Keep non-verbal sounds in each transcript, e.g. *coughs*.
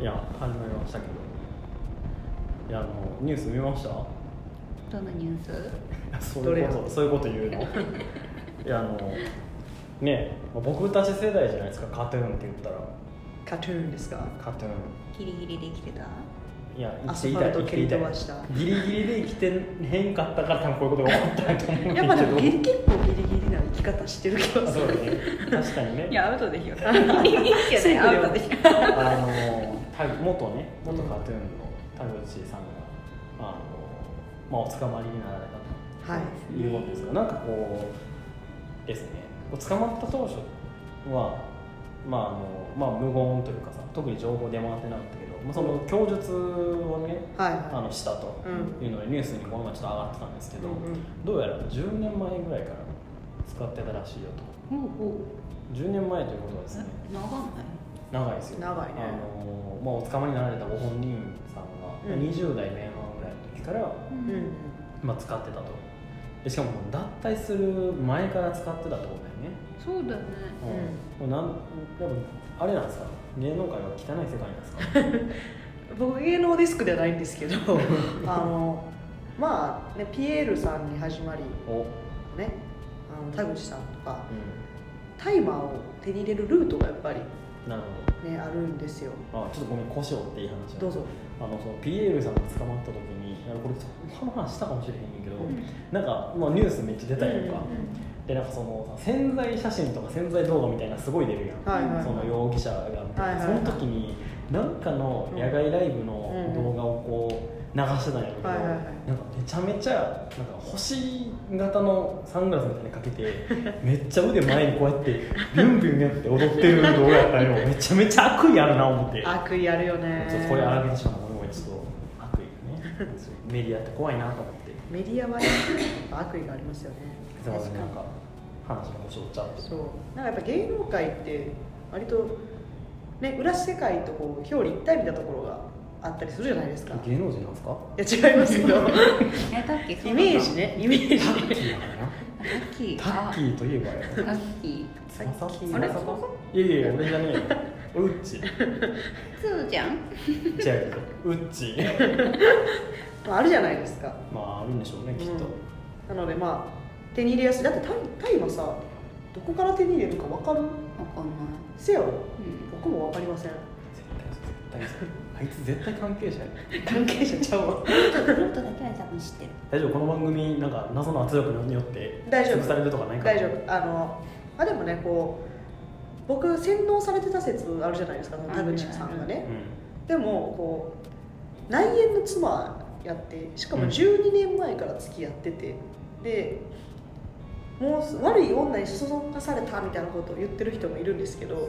いや始まりましたけどいやあのニュース見ましたどのニュースそうどいれうことそういうこと言うのいやあのねまあ僕たち世代じゃないですかカトゥーンって言ったらカトゥーンですかカトゥーギリギリできてたンいや生アきスていフたァいル生トき蹴ていりた飛いばしたギリギリで生きてへんかったから多分こういうことが起こったんやと思うんやっぱでもだギけリ結構ギリギリな生き方してる気どがあすそうるだね確かにねいやアウトでしょギリギリじゃないアウトでしょあの田口元ね元カトゥーンの田口さんがあの、まあ、お捕まりになられたと。はいいうことですか、なんかこうですねこう捕まった当初はまああのまあ無言というかさ特に情報出回ってなかったけど、まあ、その供述をねあはのしたというんいうのでニュースにこの前ちょっと上がってたんですけど、うんうんどうやら10年前ぐらいから使ってたらしいよとおうおう10年前ということはですねえ長な長いいですよ長いねあの、まあ、お捕まりになられたご本人さんがうん20代前半ぐらいの時からううんうんまあ、使ってたとでしかも脱退する前から使ってたってことだよね、そうだねうんもうなんやっぱあれなんですか芸能界は汚い世界なんですか *laughs* 僕芸能ディスクではないんですけど *laughs* あのまあねピエールさんに始まりお、うん、ねあの田口さんとかタイマーを手に入れるルートがやっぱりなるねあるんですよほどあちょっとごめん故障っていい話どうぞあのそのピエールさんが捕まった時にあのこれこの話したかもしれへんねんけど、うんなんか、まあ、ニュースめっちゃ出たりとか、うんうんでなんかそのさ潜在写真とか潜在動画みたいなすごい出るやん、はいはいはいその容疑者がみたいな、はいはいはいその時に何かの野外ライブの動画をこう流してたんやろうけど、はいはいはいなんかめちゃめちゃなんか星型のサングラスみたいにかけてめっちゃ腕前にこうやってビュンビュンやって踊ってる動画やったよめちゃめちゃ悪意あるな思ってちょっ悪意あるよねとこれ荒げてしまった俺もちょっと悪意ねメディアって怖いなと思ってメディアはね悪意がありますよねすいませんなんか話が腰折っちゃってそうなんかやっぱ芸能界って割とね裏世界とこう表裏一体みたいなところがあったりするじゃないですかい芸能人なんですかや違いますけ *laughs* どえタッキーそうなイのメージねイメージタッキーやからなタッキータッキーといえばよあタッキータッキーあれ翼いやいや俺じゃね *laughs* えよ俺ウッチツーじゃん違うけどウッチまああるじゃないですかまああるんでしょうねきっと、うんなのでまあ手に入れやすいだってタイタイはさどこから手に入れるか分かわかるんなせやろいうん僕も分かりません *laughs* 絶対絶対あいつ絶対関係者や関係者ちゃうわルートだけは多分知ってる大丈夫この番組なんか謎の圧力によって大丈夫潰されるとかないから大丈夫あのあでもねこう僕洗脳されてた説あるじゃないですかその田口さんがねでもこう内縁の妻やってしかもうん12年前から付き合ってて、でもう悪い女にそそのかされたみたいなことを言ってる人もいるんですけど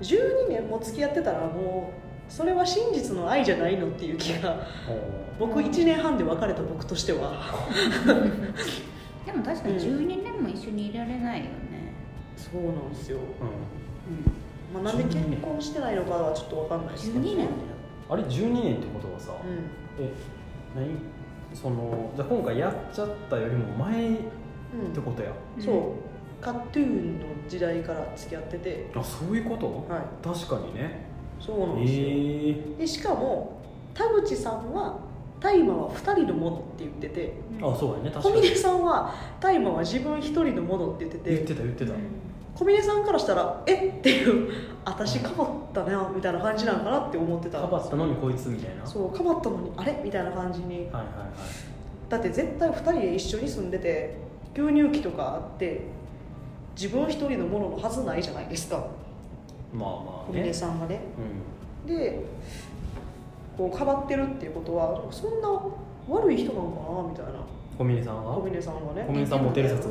12年も付き合ってたらもうそれは真実の愛じゃないのっていう気がうん僕1年半で別れた僕としては *laughs* でも確かに12年も一緒にいられないよねそうなんですよ、おーうんまあ、なんで結婚してないのかはちょっと分かんないですけど12年だようんあれ12年ってことはさ、え何そのじゃあ今回やっちゃったよりも前っうん、うんてことや、そう、カットゥーンの時代から付き合ってて、あそういうこと、はい、確かにねそうなんですよ、ええでしかも田口さんは大麻は2人のものって言っててあそうやね確小かに峰さんは大麻は自分1人のものって言って言っててた言ってた、小峰さんからしたらえっていう私かばったなみたいな感じなのかなって思ってたかばったのにこいつみたいなそうかばったのにあれみたいな感じはいはにいはいだって絶対2人で一緒に住んでて牛乳器とかあって自分1人のもののはずないじゃないですかまあまあ小ね峰さんがねうでこうかばってるっていうことはそんな悪い人なのかなみたいなん小峰さん小は峰さんは小ね峰さんモテる説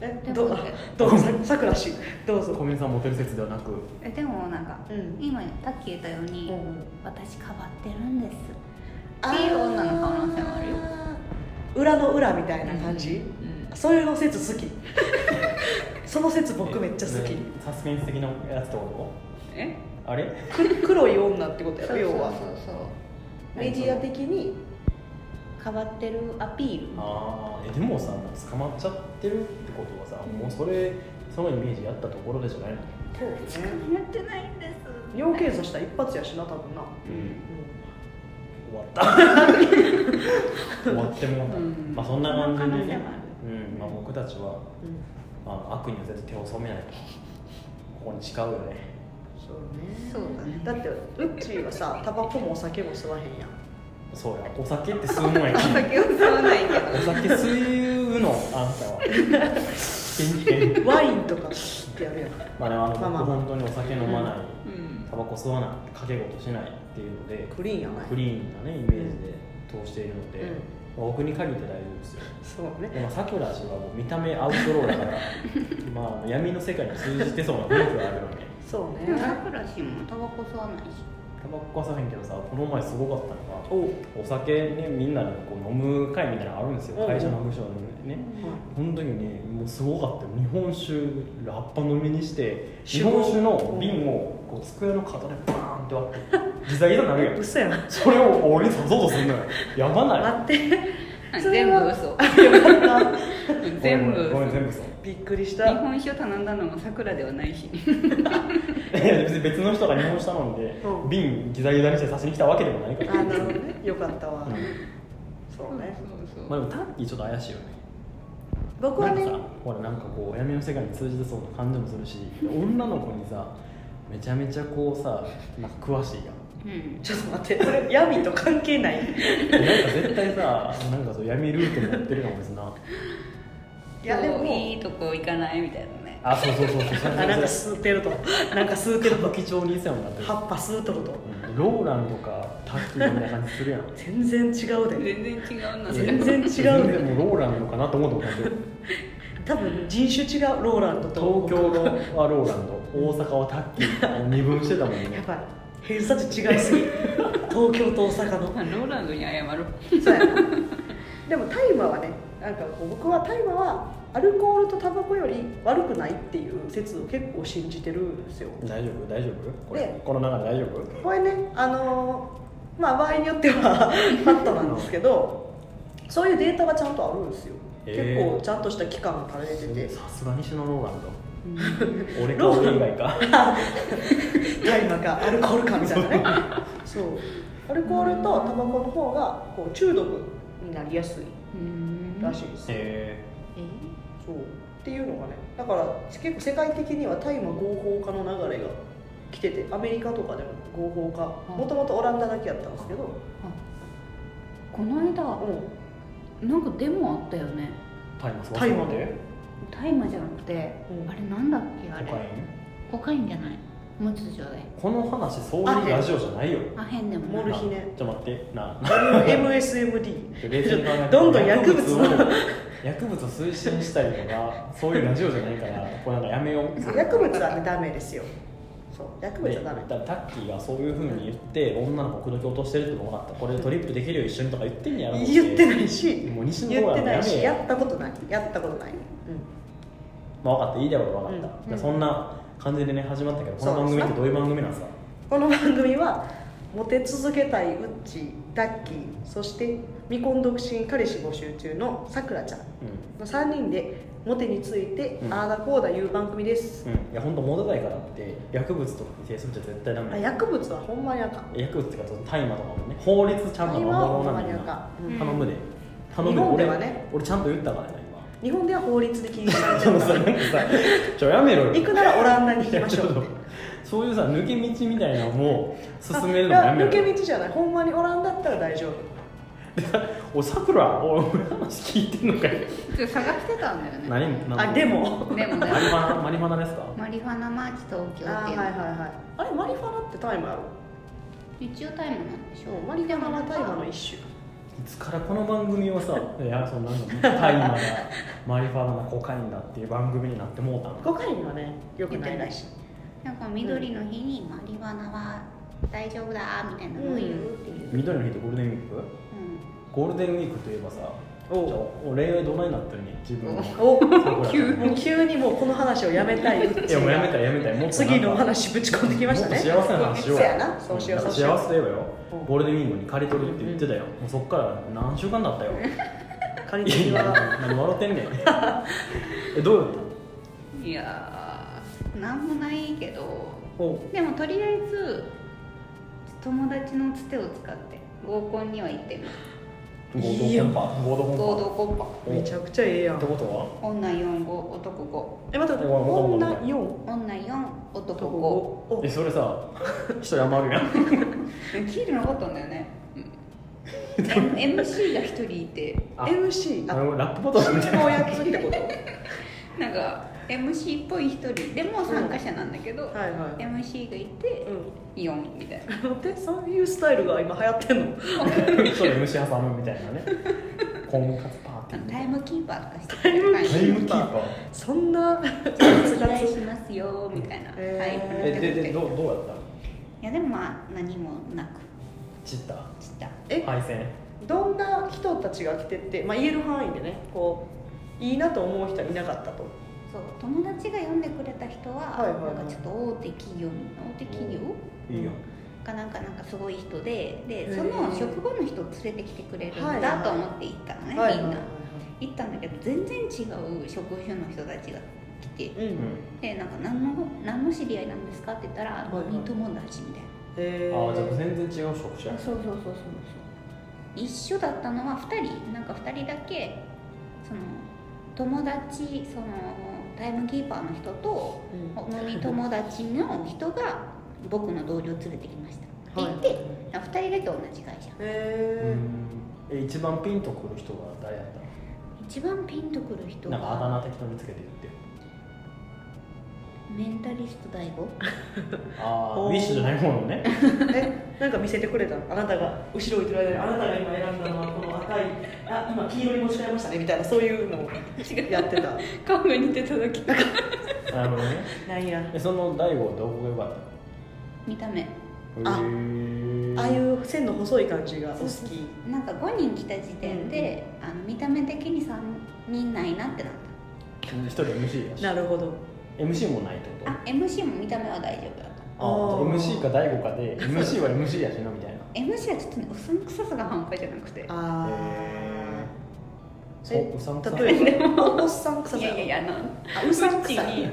えでどうもどうぞささくら氏どう小ぞ峰さんモテる説ではなくえでもなんかうん今さっき言ったようにうん私かばってるんですっていう女の可能性もあるよー裏の裏みたいな感じ、うんそういうの説 *laughs* 好きその説僕めっちゃ好えきねサスペンス的なやつってこえとあれく黒い女ってことやそろうそう要そうはそうメディア的にかばってるアピールああえでもさもう捕まっちゃってるってことはさ、もうそれそのイメージやったところでじゃないのそうねやってないんです尿検査したら一発やしな多分な、うん終うわった *laughs* 終わってもうた、うんまあそんな感じでその可能性ねもある、うんまあ、僕たちはんうん、あの悪には絶対手を染めないとここに誓うよねそそううだだねねだってうっちーはさタバコもお酒も吸わへんやんそうやお酒って吸うもんやおき酒を吸わないけどお酒吸うのあんたは危険危険ワインとかってやるやんまあでもあの、まあまあ僕本当にお酒飲まない、うんタバコ吸わない掛け事しないっていうのでクリーンやないクリーンなねイメージで通しているので、うんまあ僕に限って大丈夫ですよそうでねもさくら氏はもう見た目アウトローだからまああの闇の世界に通じてそうな雰囲気はあるのねそうでもさねくらしもタバコ吸わないしタバコはさへんけどさこの前すごかったのがおうお酒ねみんなでこう飲む会みたいなのあるんですうんうよん会社の部署のねその時にもうすごかったよ日本酒ラッパ飲みにして日本酒の瓶をこう机の角でバーンって割ってギザギザになるやん *laughs* 嘘やんそれを俺に誘そうとすんのよやばない待って *laughs* それ全は部嘘 *laughs* 全部ごめんごめんごめん全嘘部そう *laughs* びっくりし日た本酒を頼んだのもさくらではないしいや別に別の人が日本酒頼んで、うん瓶ギザギザにして差しに来たわけでもないかあら、なるほどねよかったわ、うんそうねそうそうまあでもタッキーちょっと怪しいよね僕はねなんかさほらなんかこう闇の世界に通じてそうな感じもするし女の子にさめちゃめちゃこうさなんか詳しいやんうんちょっと待ってこれ闇と関係ないいなんか絶対さなんかそう闇ルート持ってるかも別なやでもいいとこ行かないみたいなねあそうそうそうそうあそなんかれそ吸ってるとなんか吸っれてる歌舞と伎町にいそうになってる葉っぱ吸うってことうんローランとかタッキーみたいな感じするやん全然違うで全然違うなそれ全然違う全然もうローランドかなと思うと思って多分人種違うローランドと東京のはローランド大阪はタッキー二分してたもんやねばい偏差値違いす *laughs* ぎ東京と大阪のローランドに謝ろうそうやでも大麻はねなんかこう僕は大麻はアルコールとタバコより悪くないっていう説を結構信じてるんですよ大丈夫大丈夫こでれこの中で大丈夫これねあのーまあ場合によって *laughs* はファットなんですけどそういうデータがちゃんとあるんですよ、へー結構ちゃんとした期間が足られててさすがにしのローラ *laughs* ンド俺かローラ俺ン以外か大麻かアルコールかみたい *laughs* なねそうアルコールとタバコの方がこう中毒になりやすいうんらしいですよ、ええそうっていうのがねだから結構世界的には大麻合法化の流れが来ててアメリカとかでも合法化うんもともとオランダだけやったんですけど、この間うなんかデモあったよねー、タイマスタイマーで大麻じゃなくてうんあれなんだっけあコカイれンコカインじゃないもうちょっとちょうだいこの話そういうラジオじゃないよあ変でん、もモないルヒネちょっと待ってな MSMD 冷静に考えてどんどん薬物を薬物を薬物を推進したりとかそういうラジオじゃないからこれなんかやめようそう薬物はねダメですよそう薬物はダメでだからタッキーがそういうふうに言って、女の子口説き落としてるって分かったこれでトリップできるよ一緒にとか言ってんねやろ言ってないしもう西の言方っはてもうなやいめしえややったことないやったことない、まあ分かったいいだろう分かった、うんじゃあそんな感じでね始まったけどこのそう番組ってそどういう番組なんですかうん、この番組はモテ続けたいうっちダッキーそして未婚独身彼氏募集中のさくらちゃんうの3人でモテについてうんああだこうだ言う番組です、ん、うん、いや本当モテたいからって薬物とかに手するじゃ絶対ダメあ薬物はほんまにあかん薬物っていうかその大麻とかもね法律ちゃんと大守麻はろほうんまなにみあたいか、なんうん頼むで頼む日で本で俺はね俺ちゃんと言ったからね日本では法律で禁止され今てでる *laughs* もかさなんかさちょやめろよら行くならオランダに行いきやまちしょょっうとそういうさ抜け道みたいなのも進めるのあいややめろ抜け道じゃないほんまにオランダだったら大丈夫おいさくらおい俺話聞いてんのかよちょっと探してたんだよね何何あでもでもマねリファナマリファナですかマリファナマーチ東京っていうあのはいはいはいあれマリファナってタイムある一応タイムなんでしょマリファナはタイムの一種いつからこの番組をさいやそんなんか大麻だマリファナだコカインだっていう番組になってもうたの5回にはねよくないらしいなんか緑の日にマリファナは大丈夫だーみたいなのを言うっていう、うん緑の日とゴールデンウィークゴールデンウィークといえばさおじゃあうお恋愛どないなってるね自分のお急もう *laughs* 急にもうこの話をやめたいいやもうやめたいいやめたいもっとなんか次の話ぶち込んできましたねもっと幸せな話しようそうやなそうしようだそっうてしよう幸せといえばようんゴールデンウィークに借り取るって言ってたよもうそっから何週間だ *laughs* ったよ仮にい次はや何笑ってんねん *laughs* えどうやっうんいやーなんもないけどおうでもとりあえず友達のつてを使って合コンには行ってます合いい同よコンパ合同コンパ合同コンパおうめちゃくちゃええやってんことは女4五男五え待って待っておお女4女4男男5 5おえそれさ人余るやんキールなかったんだよね、うん、M- MC が1人いてあ MC ああのラップボトルみたいっのおやつってことなんか MC っぽい1人でも参加者なんだけど、はいはい MC がいてう4みたいなん *laughs* *laughs* でそういうスタイルが今流行ってんのな人で虫挟むみたいな *laughs* ね婚活パーティーみたタイいなムキーパーとかしてくれる感じタイムキーパーそんなお願いしますよみたいな、えーはいえででどいうどうやったやでもまあ何もなくチッタちったえ配線どんな人たちが来てって、まあ、言える範囲でねこういいなと思う人はいなかったとそう友達が読んでくれた人は,、はいはいはいなんかちょっと大手企業大手企業いいよかなんかなんかすごい人でへでーその職場の人を連れてきてくれるんだと思って行ったのね、はいみんな、はい行ったんだけど全然違う職種の人たちが来てうん、うんでなんか何の何の知り合いなんですかって言ったらいはい飲み友達みたいな、えああじゃあ全然違う職種やそうそうそうそうそう一緒だったのは2人なんか2人だけその友達そのタイムキーパーの人と飲み友達の人が僕の同僚連れてきましたって言って、2人だけ同じ会社うえんえ一番ピンとくる人は誰やっ一番ピンとくるた人なんかあだが名適当につけて言ってよメンタリスト大悟ああおウィーッシュじゃないものね *laughs* えなんか見せてくれたのあなたが後ろ置いてる間にあなたが今選んだのはこの赤いあ今黄色に持ち替えましたねみたいなそういうのをやってた *laughs* 顔が似てただけなるほどねなんやえその大悟はどこが良かっ見た目たあのへーああいう線の細い感じがお好きなんか5人来た時点で、あの見た目的に3人ないなってなっ一人 MC やしなるほど MC もないってことたあ MC も見た目は大丈夫だとああーあじゃあ MC か大悟かで MC は MC やしなみ *laughs* たいな MC はちょっとねうさんくささが半端じゃなくてあへーそううさんくさい例えばおっさんくさいやいやいやなあうさんくうちさいにう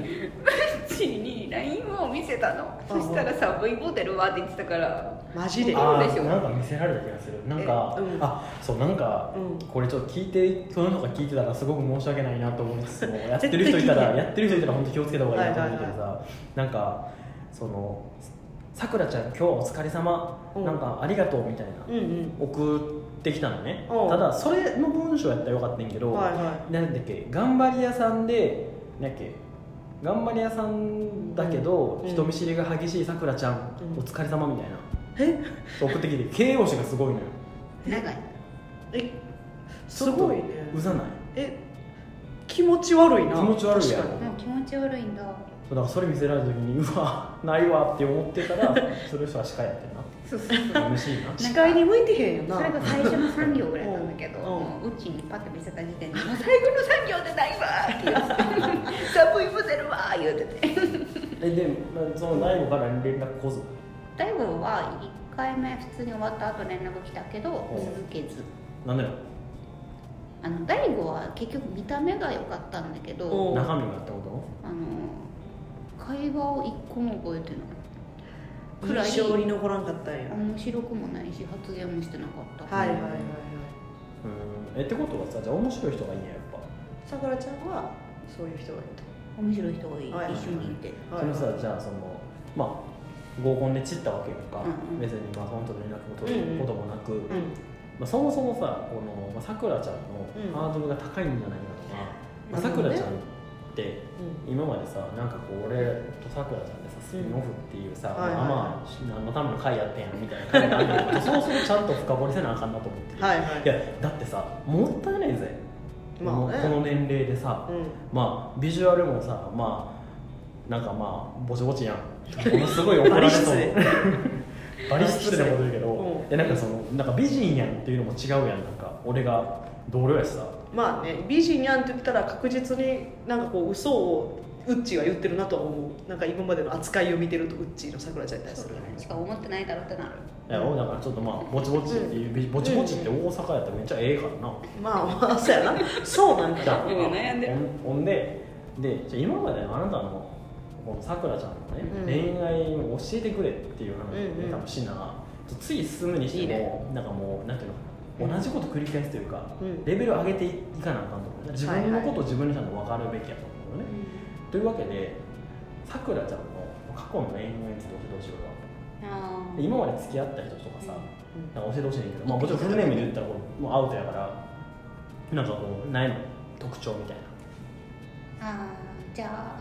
ちに LINE を見せたのそしたらさ V ボテルはって言ってたからマジでああどうでしょーうなんか見せられた気がするなんか、えうんあそうなんか、うんこれちょっと聞いてその人が聞いてたらすごく申し訳ないなと思いつつもやってる人いたら *laughs* やってる人いたら本当気をつけた方がいいなと思うけどさ、なんかその「さくらちゃん今日はお疲れ様、うんなんかありがとう」みたいな、うんうん送ってきたのねうんただそれの文章やったらよかったんやけど、はいはいなんだっけ頑張り屋さんでなんだっけ頑張り屋さんだけど、うん人見知りが激しいさくらちゃん、うんお疲れ様みたいなえ送ってきて形容詞がすごいのよ長いえすごいねうざないえ気持ち悪いな気持ち悪いやろ確かもう気持ち悪いんだそうだからそれ見せられた時にうわないわって思ってたらそれ人は司会やってるそうそうそうな MC なに視界に向いてへんよな *laughs* それが最初の3行ぐらいなんだけど、うんもううちにパッと見せた時点で「もう最後の3行でないわ」って言って *laughs* 「サブイモゼルわ」言うててえで、まあ、その大悟から連絡来ず大悟は1回目普通に終わった後連絡来たけどん続けずなんだよあの大悟は結局見た目が良かったんだけうどん中身があったことあの会話を1個も覚えてないくらい印象に残らんかったんや面白くもないし発言もしてなかった、はいはいはいはいうんえってことはさじゃあ面白い人がいいんややっぱさくらちゃんはそういう人がい面白い人がいい、はい一緒にいてたはいそのさじゃあそのまあ合コンで散ったわけやんか、うんうん別にまあその人と連絡を取ることもなく、うんまあ、そもそもさこのまあさくらちゃんうんのハードルが高いんじゃないかとか、まあ、なさるくほどらねちゃんって今までさなんかこう俺とさくらちゃんでさスピンオフっていうさ、うんはいはいまあまあ何のための会やってんやみたいな会があるんだけどそうするとちゃんと深掘りせなあかんなと思ってて、はいはいやだってさもったいないぜ、まあねこの年齢でさ、うんまあビジュアルもさまあなんかまあぼちぼちやんものすごい怒られそう *laughs* バリ失礼なこと言うけど、うんえなんかそのなんか美人やんっていうのも違うやんなんか俺が同僚やしさまあね美人やんって言ったら確実になんかこう嘘をウッチーは言ってるなとは思うなんか今までの扱いを見てるとウッチーのさくらちゃんに対すそうるだねしか思ってないだろうってなるいやだからちょっとまあぼちぼちっていう、ぼちぼちって大阪やったらめっちゃええからな、まあまあ *laughs* そうやなそうなん *laughs* じゃかあうん悩んでるほほんででじゃあ今まであなたのこのさくらちゃんのね、うん恋愛を教えてくれっていう話うんうでん多分シナがつい進むにしてもいいねなんかもうなんていうのかな同じこと繰り返すというか、うんレベル上げていかなあかんと思うね自分のことを自分にしたの分かるべきやと思うよね、というわけでさくらちゃんの過去の恋愛について教えてほしいわあーで今まで付き合った人とかうさ、んなんか教えてほしいねんけど、まあ、もちろんフルネームで言ったらこれもうアウトやからなんかこうないの特徴みたいな、あーじゃあ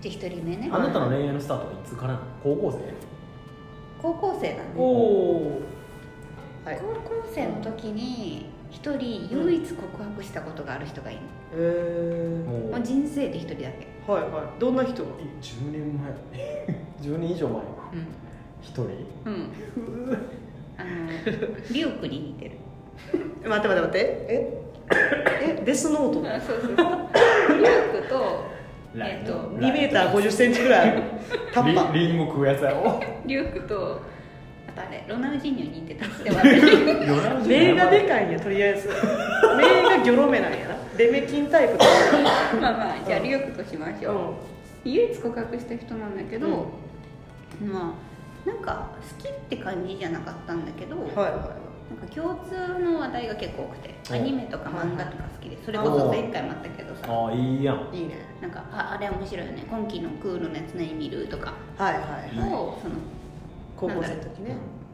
じゃあ一人目ねあなたの恋愛のスタートはいつからなの高校生高校生だねお高おはい校生の時に一人唯一告白したことがある人がいる、えー、もうもう人生で一人だけ、はいはいどんな人がえ10年前 *laughs* 10年以上前う一人んうん、あのリュウクに似てるえ待って待って待ってええデスノートのそうそうそうリュウクとえライっとト2メーター5 0ンチぐらいあるタッパーリリンゴ食うやつや *laughs* ろリュウクとあとあれロナウジーニョに似てたって私目がでいかいんやとりあえず目がギョロ目なんやなデメキンタイプだまあまあじゃあリュウクとしましょう、唯一告白した人なんだけど、まあなんか好きって感じじゃなかったんだけど、うんはいはなんか共通の話題が結構多くておアニメとか漫画とか好きでそれこそ前回もあったけどさああいいやんいいいねなんかああれ面白いよね今期のクールのやつ何見るとかはいはいを、はいその高校生の時ね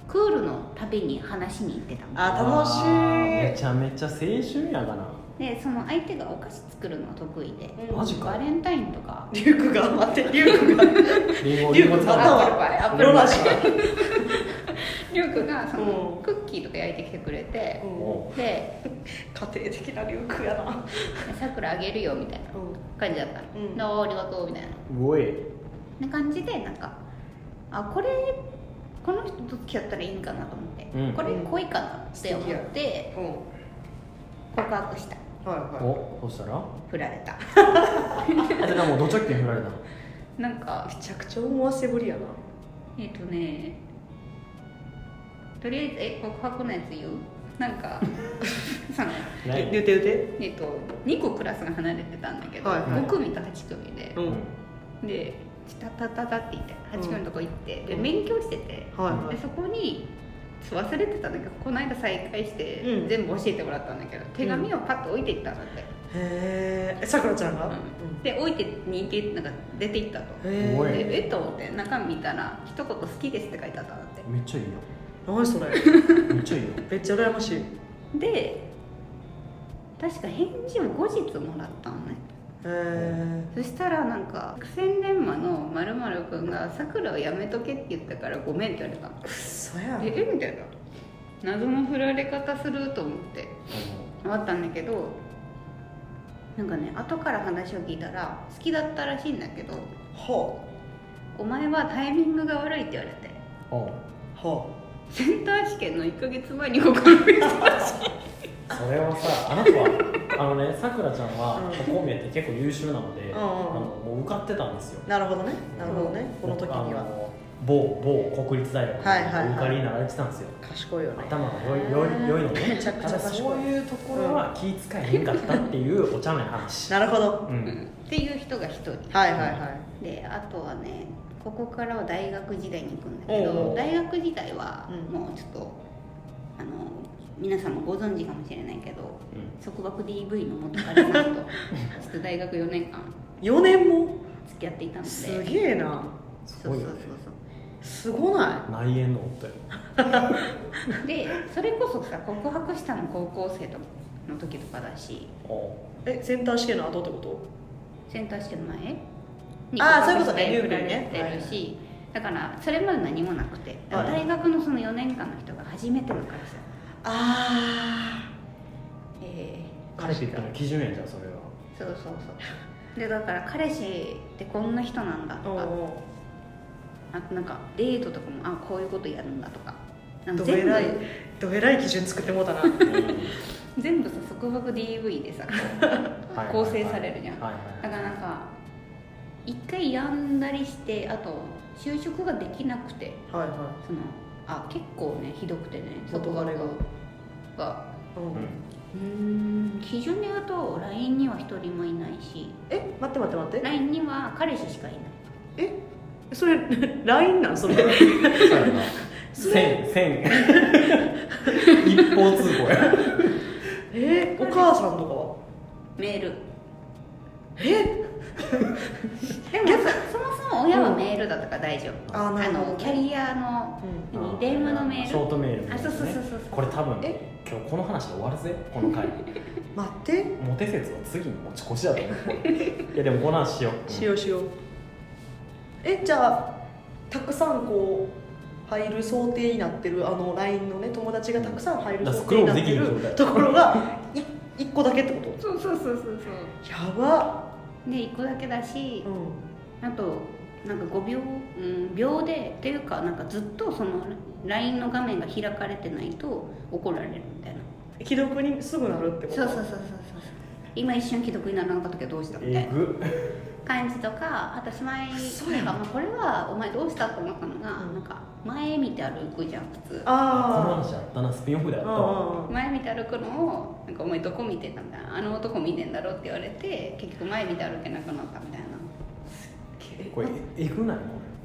クールの旅に話しに行ってたのあ楽しいあーめちゃめちゃ青春やがなでその相手がお菓子作るのが得意で、うんマジかバレンタインとかリュウクが待ってリュウク *laughs* がリンゴリリュンウゴク使っあがたアわップルパイアップルロパナイシリュウクがその、うんクッキーとか焼いてきてくれて、うんおうで家庭的なリュウクやな「さくらあげるよ」みたいな感じだったのうんどうありがとう」みたいなうおいな感じでなんかあこれこの人と付き合ったらいいんかなと思って、うんこれ恋かなって思ってうん告白したはいはおそしたら振られたあだからもうド直球振られたのなんかいめちゃくちゃ思わせぶりやなえっ、とねとりあえずえ告白のやつ言うなんか *laughs* そのない言うて言うてえっ、と2個クラスが離れてたんだけど、はいはい5組と8組で、うんでタタタタって言って8組のとこ行って、で勉強してて、はいはいでそこにちょっと忘れてたんだけどこの間再会して、うん全部教えてもらったんだけど手紙をパッと置いていったんだって、へーえさくらちゃんがうんうんで置いて人間なんか出て行ったとへおいでええっと思って中見たら一言「好きです」って書いてあったんだっめっちゃいい何それやんめっちゃいいやんめっちゃ羨ましいへてで確か返事を後日もらったのねえそしたらなんか「千錬磨のまるくんがさくらをやめとけ」って言ったから「ごめん」って言われたのくっそやんええみたいな謎の振られ方すると思って終わったんだけどなんかね後から話を聞いたら好きだったらしいんだけどは「お前はタイミングが悪い」って言われておおうあはセンター試験の1か月前に告白 *laughs* したらしいそれをさあなたはあのねさくらちゃんはうんこう見えて結構優秀なので、んうんあのもう受かってたんですよ *laughs* あなるほどねなるほどねこの時にあはの某某国立大学にはいはいはい受かりになられてたんですよ、賢いよね頭が良い良い良いのねめちゃくちたゃだ賢いそういうところは気遣いへんかったっていうお茶目な話なるほどううんんっていう人が1人はいはいはいであとはねここからは大学時代に行くんだけおうおどう大学時代はうんもうちょっと、あの皆さんもご存知かもしれないけど束縛 DV の元彼さんとちょっと大学4年間4年も付き合っていたのですげえなすそうごそいうそようねすごな内縁の夫よそうでそれこそさ告白したの高校生の時とかだしおういえセンター試験の後ってことセンター試験の前にあー告白そういしうことねて振られてるし、だからそれまで何もなくてはい大学のその4年間の人が初めての彼氏だったあえ彼って言ったら基準やんじゃんそ *laughs* れはーそうそうそうでだから彼氏ってこんな人なんだあおとうかおあとなんかデートとかもあこういうことやるんだとかなんかどえ全部らいどえらい基準作ってもうたな全部さ束縛 DV でさ *laughs* はい構成されるじゃんはいだからなんか一回病んだりしてあと就職ができなくてはいはそのあ結構ねひどくてね元彼ががい、ううんんうーん基準で言うと LINE には一人もいないしえ待って待って待って LINE には彼氏しかいないそれ *laughs* LINE なん *laughs* それそうやな *laughs* 線線一方通行やえーお母さんとかはメールえ *laughs* でもそもそも親はメールだったから大丈夫、あーなあるほどのキャリアのう何電話のメールショートメールみたいなねあそうそうそうそうこれ多分え今日この話で終わるぜこの回待ってモテ説は次に持ち越しだと思 *laughs* ういやでもこの話しようしようしようえじゃあたくさんこう入る想定になってるあの LINE のね友達がたくさん入るだからス想ク定ロールでになっきてるる状態ところがい1個だけってこそうそうそうそうとやばそうで行くだけだしう、んあとなんか5秒、うん、秒でっていうかなんかずっとその LINE の画面が開かれてないと怒られるみたいな既読にすぐなるってことそうそうそうそうそう今一瞬既読にならなかったけどどうしたみたいえなぐ感じとかあとしまい嘘なやんんかまあこれはお前どうしたと思ったのが、うんなんか前見て歩くじゃん普こ通のあ話あったなスピンオフでああったわあ前見て歩くのを「なんかお前どこ見てたんだあの男見てんだろ」って言われて結局前見て歩けなくなったみたいなこれえぐないこ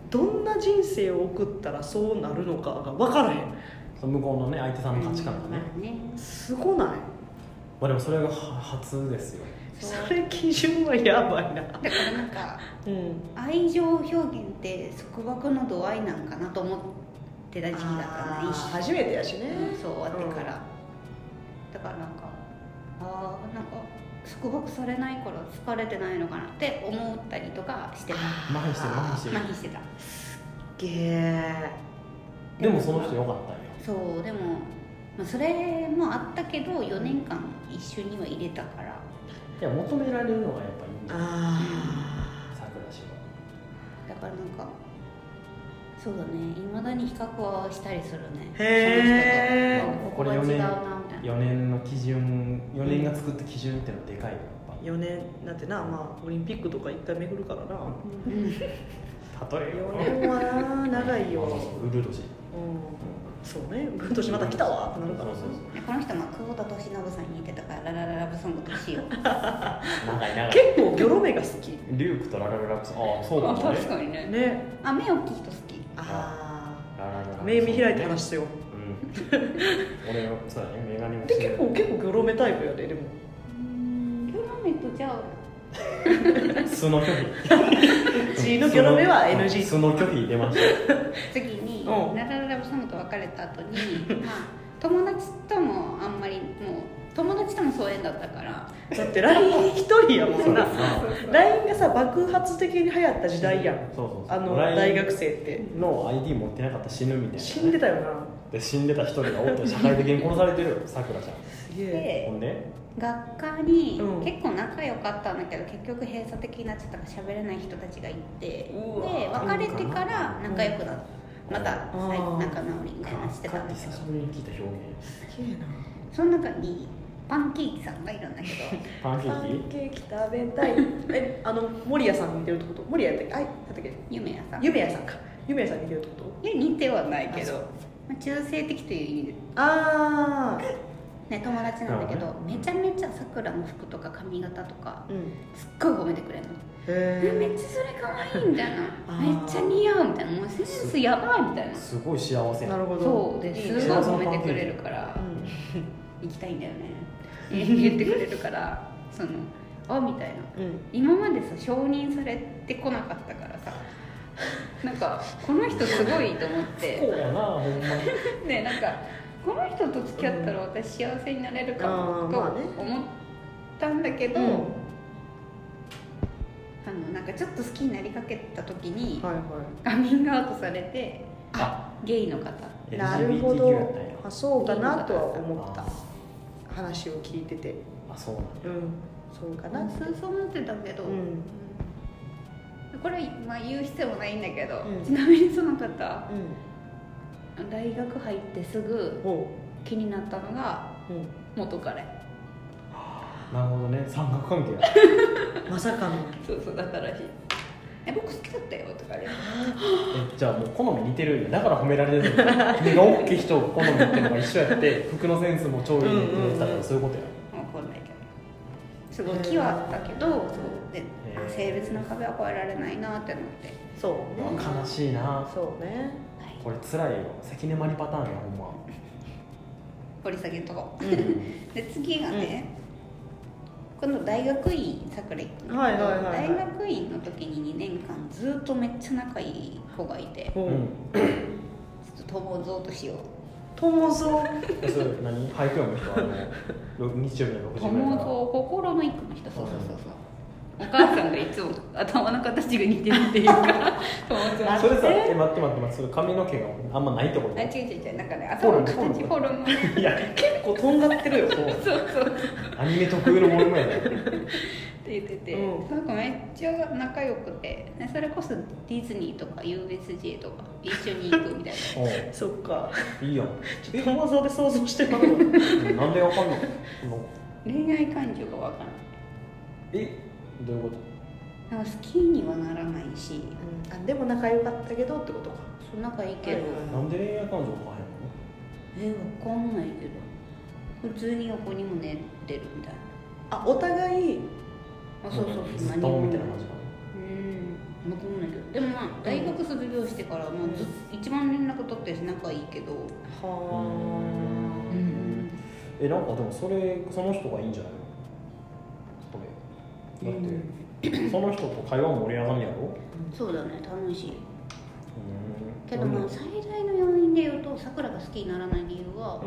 どんな人生を送ったらそうなるのかが分からへんれその向こうのね相手さんの価値観がねうんまあねすごないまあでもそれがは初ですよそれ基準はやばいなだからなんかうん愛情表現って束縛の度合いなんかなと思ってた時期だったな一瞬初めてやしねうんそう終わってから、だからなんかああなんか束縛されないから疲れてないのかなって思ったりとかしてた麻痺してる麻痺して麻る痺してたげえでもその人良かったんよそうでも、まあ、それもあったけど4年間一緒には入れたからいや求められるのがやっぱいいんだよあ桜氏はだからなんかそうだねいまだに比較はしたりするねへーその人とあここが違うなみたいな4年の基準4年が作った基準ってのはでかいよやっ4年だってなまあオリンピックとか一回巡るからなうんぱ例えよう4年はな長いよ、まあまあそうウルル年うん、そうね今年また来たわってなるからそうそうこの人も久保田利伸さんに似てたからララララブソングとしようそう長い長い結構ギョロ目が好きリュークとララララブソンああそうかあもね確かにねねあ目大きい人好きあララララブソあン目見開いて話してようん俺はそうだね眼鏡もでしてる結構結構ギョロ目タイプやででもうん今日ラメとじゃあ素の *laughs* 拒否 G のギョロ目は NG 素の拒否出ました次にうんララララブソングと別れた後にまあ友達ともあんまりもう友達とも疎遠だったからだって LINE 一人やもんなそう LINE がさ爆発的に流行った時代やんそうそうあの LINE 大学生っての ID 持ってなかったら死ぬみたいな死んでたよなで死んでた一人がおっと社会的に殺されてるよさくらちゃすげんほんでで学科にうん結構仲良かったんだけど結局閉鎖的になっちゃったから喋れない人たちがいてでうわ別れてから仲良くなっうんまたうん再仲直りみたいなのしてたんだけ久どしぶりに聞いた表現すげえなその中にパンケーキさんがいるんだ *laughs* けどパンケパーンキケーキ食べたい *laughs* えあの守屋さんに似てるってこと守屋やったっけあいなんだっけ夢屋さんい夢屋さんか夢屋さんに似てるってことや似てはないけあそうど、まあ、中性的という意味で、あね、友達なんだけなるどほどねめちゃめちゃさくらの服とか髪型とかあうんすっごい褒めてくれるの、えめっへちゃそれ可愛いみたいなあめーっちゃ似合うみたいなもうセンスやばいみたいなすごい幸せえやなるんほどそうでいいすねごい褒めてくれるから行きたいんだよねえ言ってくれるからそのあみたいなうんうん今までさ承認されてこなかったからさなんかこの人すごいと思っこてうやなほんまねなんかこの人と付き合ったら私幸せになれるかもうんとあーまあね思ったんだけど、あのなんかちょっと好きになりかけた時にはいはカミングアウトされてあゲイの方 LGBTQ いなるほやったどんやあそうかなとは思った話を聞いててあそうなんやうんそうかなそうそう思ってたけど、うんこれ、まあ、言う必要もないんだけど、うんちなみにその方うん大学入ってすぐほ気になったのがううん元彼なるほどね三角関係やまさかのそうそうだったらしいえ僕好きだったよとか言われてえじゃあもう好み似てるんやだから褒められてるんや目が大きい人好みっていうのが一緒やって服のセンスも超いいねって言ってたからそういうことや分かんないけどすごい気はあったけどそうでへーあ性別の壁は越えられないなって思ってそうね悲しいなそうねはいこれ辛いよ関根麻里パターンやほんま、掘り下げんとこうん、で次がね、今度大学院桜井君、はいはいはいはい大学院の時に2年間ずっとめっちゃ仲いい子がいてううんんちょっと友蔵としよう友蔵えそれ何俳句読む人はあのろ日曜日の6時ぐらいか友蔵ら心の一句の人そうそうそうそうお母さんがいつも頭の形が似てるっていうか友蔵それさえ待って待って待ってそれ髪の毛があんまないところあ違いう違う違うなんかね頭の形フォルムフォルムや結構とんがってるよそうそうそうってアニメ特有のものぐらいだよ言ってて、うんなんかめっちゃ仲良くてでそれこそディズニーとか USJ とか一緒に行くみたい *laughs* なお *laughs* そっかういいやんちょっと友蔵で想像してたの *laughs* うんなんでわかんないの恋愛感情がわからないえどういうことなんか好きにはならないしあでも仲良かったけどってことかそう仲いいけど、なんで恋愛感情変えわかんないけど普通に横にも寝てるみたいあお互いなあえそんうのそううんそうずっとみたいな感じかうんわかんないけどでもまあ大学卒業してからもうずっ一番連絡取ってるし仲いいけどうはんえなんかでもそれその人がいいんじゃないのこれだって、その人と会話盛り上がるやろうそうだね楽しいんけどまあ最大の要因で言うとさくらが好きにならない理由はあ、うん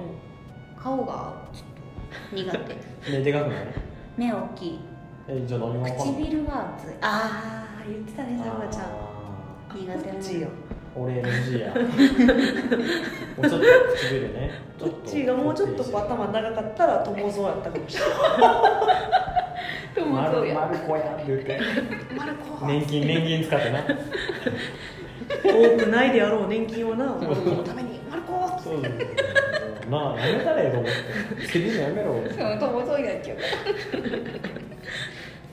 顔がちょっと苦 *laughs* 手ねでかくない目大きいえじゃあ何がわかんない唇が厚いああ言ってたねさくらちゃんあ苦手などっちーよ俺 NG *laughs* やもうちょっと唇ねどっちがもうちょっとこう頭長かったら友蔵やったかもしれないとまそうるやまる子やって言ってまるこ年金年金使ってな *laughs* 多くないであろう年金をな子供のために「マルコ!」ってそうですねまあやめたらええと思って切るのやめろ *laughs* そう友蔵になっちゃうから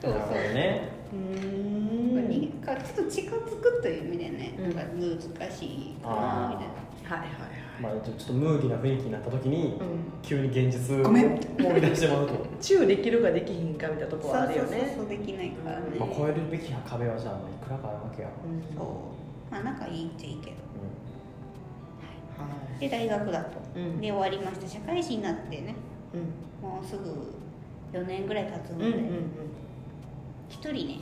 そう *laughs* なるほどそうねうーにんかちょっと近づくという意味でね、うんなんか難しいかなみあたいなはいはいまあちょっとムーディーな雰囲気になった時にい、うん、急に現実をごめん放り出してもらうと、チューできるかできひんかみたいなとこはあるよそうそうねそうそうできないからね、まあ、超えるべき壁はじゃあまあいくらかあるわけや、うんそうまあ仲いいっちゃいいけどはで大学だと、いうんで終わりました社会人になってねうんもうすぐ4年ぐらい経つのうんうでん一、人ね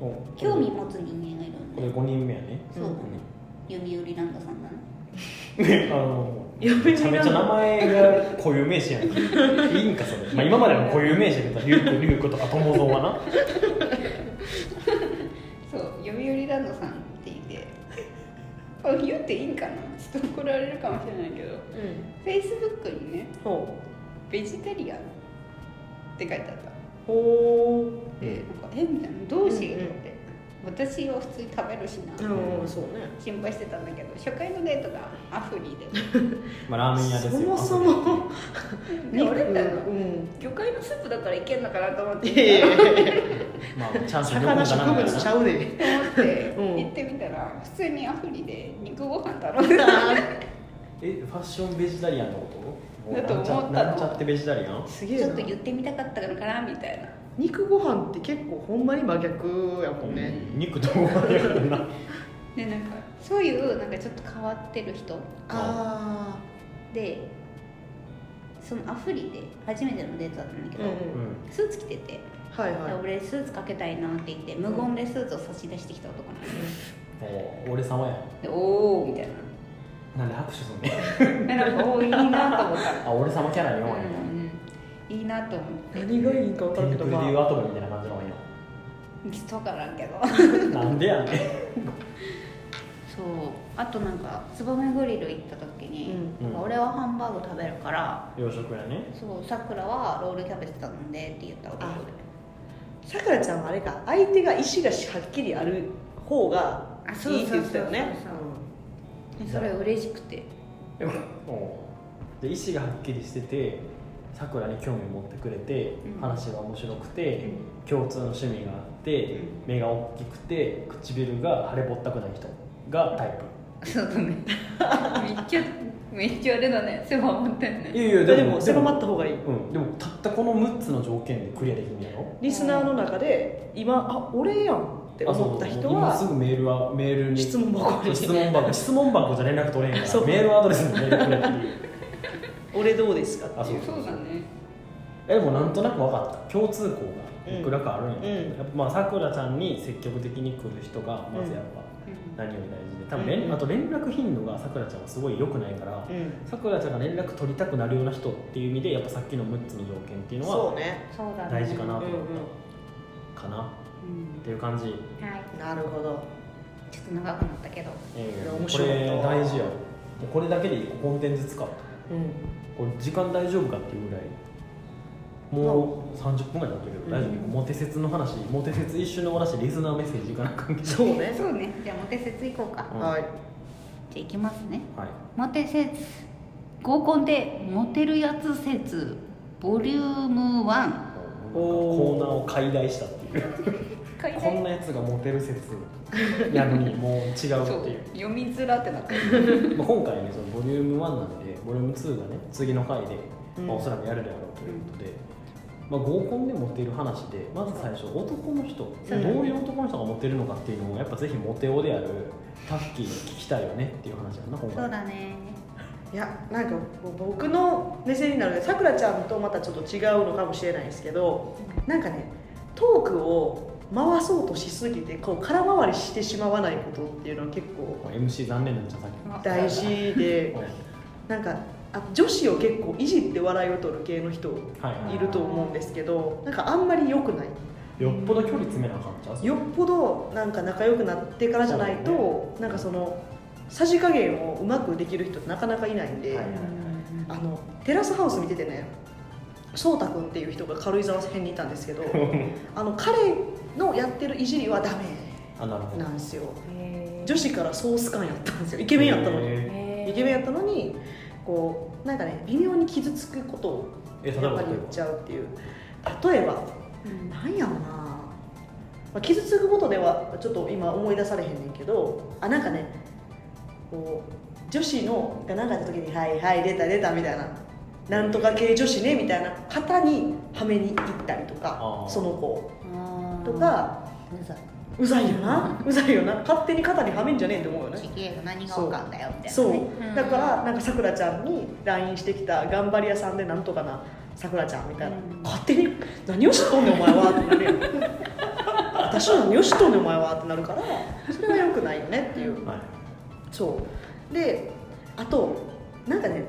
うんお興味持つ人間がいるんこで、れ5人目やね、そう、うん読売ランドさんだねねあのやべえめなちゃめちゃ名前が固有名詞やんいいんかそれ、まあ、今までも固有名詞やけど龍子龍子とか友蔵はなそう読売ランドさんって言って *laughs* これ言っていいんかなちょっと怒られるかもしれないけどうんうんフェイスブックにねほベジタリアンって書いてあったうほでなんかえみたいなどうしようって、私は普通に食べるしうな、うんうんそうね心配してたんだけど初回のデートがアフリーでまあラーメン屋ですよそもそも *laughs* で俺みたいなうん魚介のスープだからいけんのかなと思っい *laughs* てやいやいやまあチャンス両魚方植かなみたい物ちなゃうでと思ってうん行ってみたら普通にアフリで肉ご飯頼んでえファッションベジタリアンのことだと思ったのなんちゃなんちゃってベジタリアンすげちえょっとな言ってみたかったのかなみたいな肉ご飯って結構ほんまに真逆やもんね肉とご飯やから *laughs* なでなんかそういうなんかちょっと変わってる人あでそのアフリで初めてのデートだったんだけど、うんうスーツ着てて、あはいはい俺スーツかけたいなって言って無言でスーツを差し出してきた男なんでんお俺様やでおおみたいなんで拍手すんのなでなんか *laughs* おーいいなと思ったあ俺様キャラに弱いうんなうんいいなと思って何がいいんか分テからんンけプルどでま言あうアトムみたいな感じの方がいいちょっとわからんけどのなんでやねそうあとなんかツバメグリル行った時に、うんなんか俺はハンバーグ食べるからん洋食やねそうさくらはロールキャベツ頼んでって言ったわけあさくらちゃんはあれか相手が意思がはっきりある方があいそういってそう言そっうてたよねそうでそれ嬉しくておうで意思がはっきりしててさくらに興味持ってくれて、うん話が面白くて、共通の趣味があって、うん目が大きくて唇が腫れぼったくない人がタイそうだね *laughs* めっちゃめっちゃあれだね狭まってんプ、ねいやいやでも狭まった方がいいうん、でもたったこの6つの条件でクリアできるんやろリスナーの中で今あ俺やんって思った人あそうは今すぐメールはメールに質問箱に質問箱質問箱じゃ連絡取れんか *laughs* そらうメールアドレスにメールくれって *laughs* いう「俺どうですか?」っていあうそうだねえでもなんとなく分かった共通項がいくらかあるんやけど、うんやっぱまあさくらちゃんに積極的に来る人がまずやっぱうん何より大事で多分連、うんあと連絡頻度がさくらちゃんはすごい良くないからうんさくらちゃんが連絡取りたくなるような人っていう意味でやっぱさっきの6つの要件っていうのそうはねそうだね大事かなうと思っんたかなうんっていう感じ、はいうんなるほどちょっと長くなったけどえーいや面こ白かったれ大事やもうこれだけで一個コンテンツ使ったうんこれ時間大丈夫かっていうぐらいもう30分ぐらい経ってるけど大丈夫、うんモテ説の話モテ説一周の話リスナーメッセージいかな関係ないそうねそうねじゃあモテ説いこうかうんはいじゃあいきますねはいモテ説合コンでモテるやつ説ボリューム1コーナーを解体したっていう書いこんなやつがモテる説やのにもう違うっていう読みづらってなってまあ、今回ねそのボリューム1なんでボリューム2がね次の回で、うんまあ、おそらくやるであろうということで、まあ、合コンでモテる話でまず最初男の人、そうどういう男の人がモテるのかっていうのをやっぱぜひモテ男であるタッキーに聞きたいよねっていう話やな今そう回だねいやなんかもう僕の目線になるのでさくらちゃんとまたちょっと違うのかもしれないですけどなんかねトークを回そうとしすぎてこう空回りしてしまわないことっていうのは結構これ MC 残念なんじゃんさっ大事きでの、なんかあ女子を結構いじって笑いを取る系の人はいはいると思うんですけどなんかあんまり良くないい、よっぽど距離詰めなあかんちゃうよっぽどなんか仲良くなってからじゃないとなんかそのさじ加減をうまくできる人ってなかなかいないんで、はいはいあのテラスハウス見ててね颯太君っていう人が軽井沢編にいたんですけどあの彼のやってるいじりはダメあなるほどなんですよへー女子からソース感やったんですよイケメンやったのにえへーイケメンやったのにこうなんかね微妙に傷つくことをえ例えやばっぱり言っちゃうっていう例えばうんなんやろな、まあ、傷つくことではちょっと今思い出されへんねんけどあなんかねこう女子のが何かあった時に「はいはい出た出た」みたいな「なんとか系女子ね」みたいな方にはめに行ったりとあかーその子あーとかうざ「うざいよなうざいよな勝手に肩にはめんじゃねえ」って思うよねちげえよ何が分かんだよみたいなねそうだかうらんなんかさくらちゃんに LINE してきた頑張り屋さんでなんとかなさくらちゃんみたいな、うん勝手に何をしとんねんお前はってなるやん *laughs* 私は何をしとんねんお前はってなるからそれは良くないよねっていうはいそうであとなんかね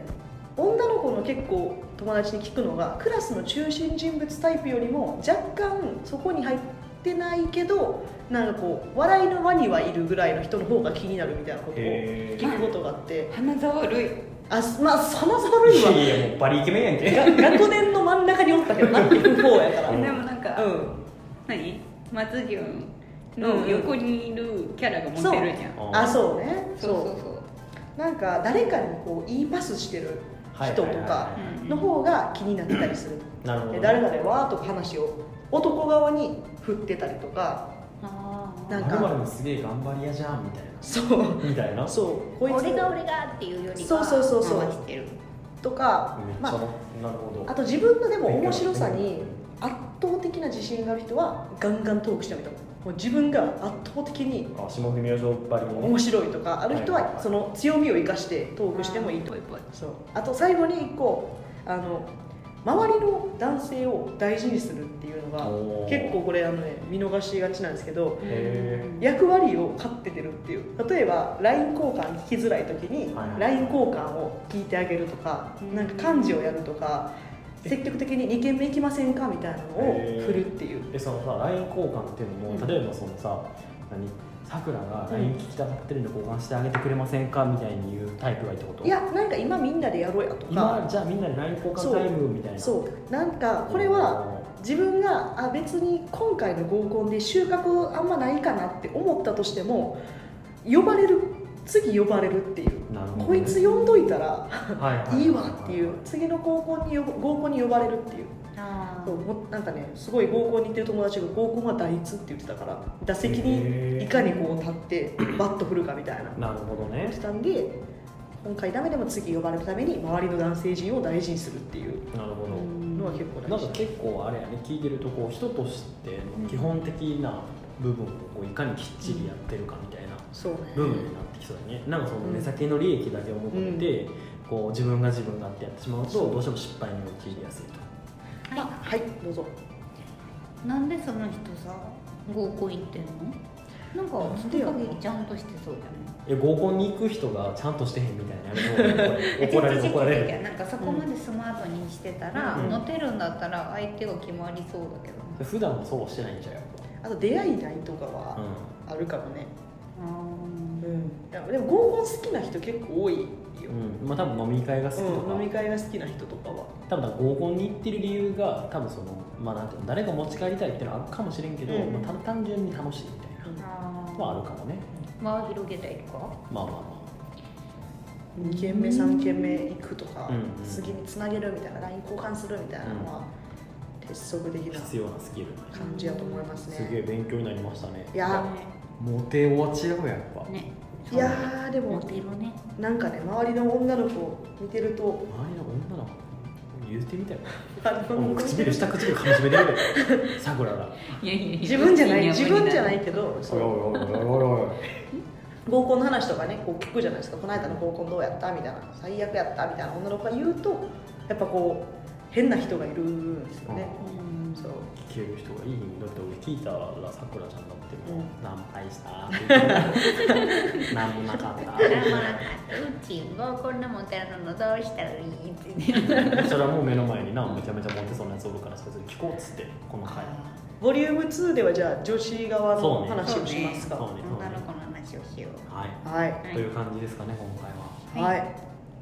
女の子の結構友達に聞くのがクラスの中心人物タイプよりも若干そこに入ってないけどなんかこう笑いの輪にはいるぐらいの人の方が気になるみたいなことをへ聞くことがあって、花沢類あすまあ花沢え類いやはいやもうバリイケメンやんけが学年の真ん中におったけどなっていう方やから *laughs* でうんもうなんか、ん何松潤の横にいるキャラがモテるじゃん、ああそうねそうそうそうそうなんか誰かにこう言いパスしてるはい人とはいかはいはいうんの方が気になってたりする、なるほどでね誰々はとか話を男側に振ってたりとかあーなんかまるもすげえ頑張り屋じゃんみたいそうなみたいな *laughs* そうこいつ俺が俺がっていうよりはそうそうそうそう回してるとかめっ、ちゃ、まあ、なるほどあと自分のでも面白さに圧倒的な自信がある人はガンガントークしてもいいと思うもう自分が圧倒的にあ下文明星ばりも面白いとかある人はいはその強みを生かしてトークしてもいいとぽいぽいそうあと最後に1個あの周りの男性を大事にするっていうのがおー結構これあの、ね、見逃しがちなんですけどへー役割を勝って出るっていう例えば LINE 交換聞きづらい時にはいはい LINE 交換を聞いてあげるとかうんなんか漢字をやるとか積極的に2軒目行きませんかみたいなのを振るっていうえそのさ LINE 交換っていうのも、うん例えばそのさ何さくらが LINE 聞きたがってるんで交換してあげてくれませんかみたいに言うタイプがいいってこといやなんか今みんなでやろうやとか今じゃあみんなで LINE 交換タイムみたいなそうなんかこれは自分があ別に今回の合コンで収穫あんまないかなって思ったとしても呼ばれる次呼ばれるっていう、なるほどねこいつ呼んどいたらはいはいいわっていう次の合コンに呼ぶ合コンに呼ばれるっていうあそうもなんかねすごい合コンに行ってる友達が合コンは第一って言ってたから打席にいかにこう立ってバッと振るかみたいななるほど言ねってたんで今回ダメでも次呼ばれるために周りの男性陣を大事にするっていうなるほど、うんのは結構な大んか事結構あれやね聞いてるとこう人としての基本的な部分をこういかにきっちりやってるかみたいなそうね部分になってきそうだね、なんかその目先の利益だけを求めて、こう自分が自分がってやってしまうとどうしても失敗に陥りやすいとははいどうぞい、なんでその人さ合コン行ってんのなんかその限りちゃんとしてそうじえゃ合コンに行く人がちゃんとしてへんみたいなやめた方がいい *laughs* ない怒られる怒られいやるなんかそこまでスマートにしてたら、うんモテるんだったら相手が決まりそうだけどな普段もそうはしてないんじゃんやっあと出会いないとかぱはうあるかもね、あうん、でも合コン好きな人結構多いよ、ん、うん、まあ多分飲み会が好きとか、うん飲み会が好きな人とかは多分合コンに行ってる理由が多分そのまあなんていうの誰か持ち帰りたいっていうのはあるかもしれんけど、うんまあ、単単純に楽しいみたいなーあーのはあるかもねまあ広げたいとかまあまあま2軒目3軒目行くとか、うん次につなげるみたいな LINE 交換するみたいなのは、鉄則的あな必要なスキル感じやと思いますすげえね勉強になりましたねいやモテは違うやっぱ、ねいやーでモもテるねなんかね周りの女の子を見てると周りの女の子言うてみたいなあのもう唇下唇かみしめてる *laughs* でさくらがいやいやいや自分じゃないや自分じゃな無いけどおいそうおいおいおいおいおい合コンの話とかねこう聞くじゃないですかこの間の合コンどうやったみたいな最悪やったみたいな女の子が言うとやっぱこう変な人がいるんですよね理だうんそう聞ける人がいいだって俺聞いたらさくらちゃんだってもううん「ナンパした」って言っ *laughs* て「なんもなかった」って言ってまあうち合コンのモテるのどうしたらいいって *laughs* ねそれはもう目の前になめちゃめちゃモテそうなやつおるからそれ聞こうっつってこの回ボリューム2ではじゃあ女子側の話をしますか、そうね女の子の話をしようはいはいはいという感じですかね今回はは、はいい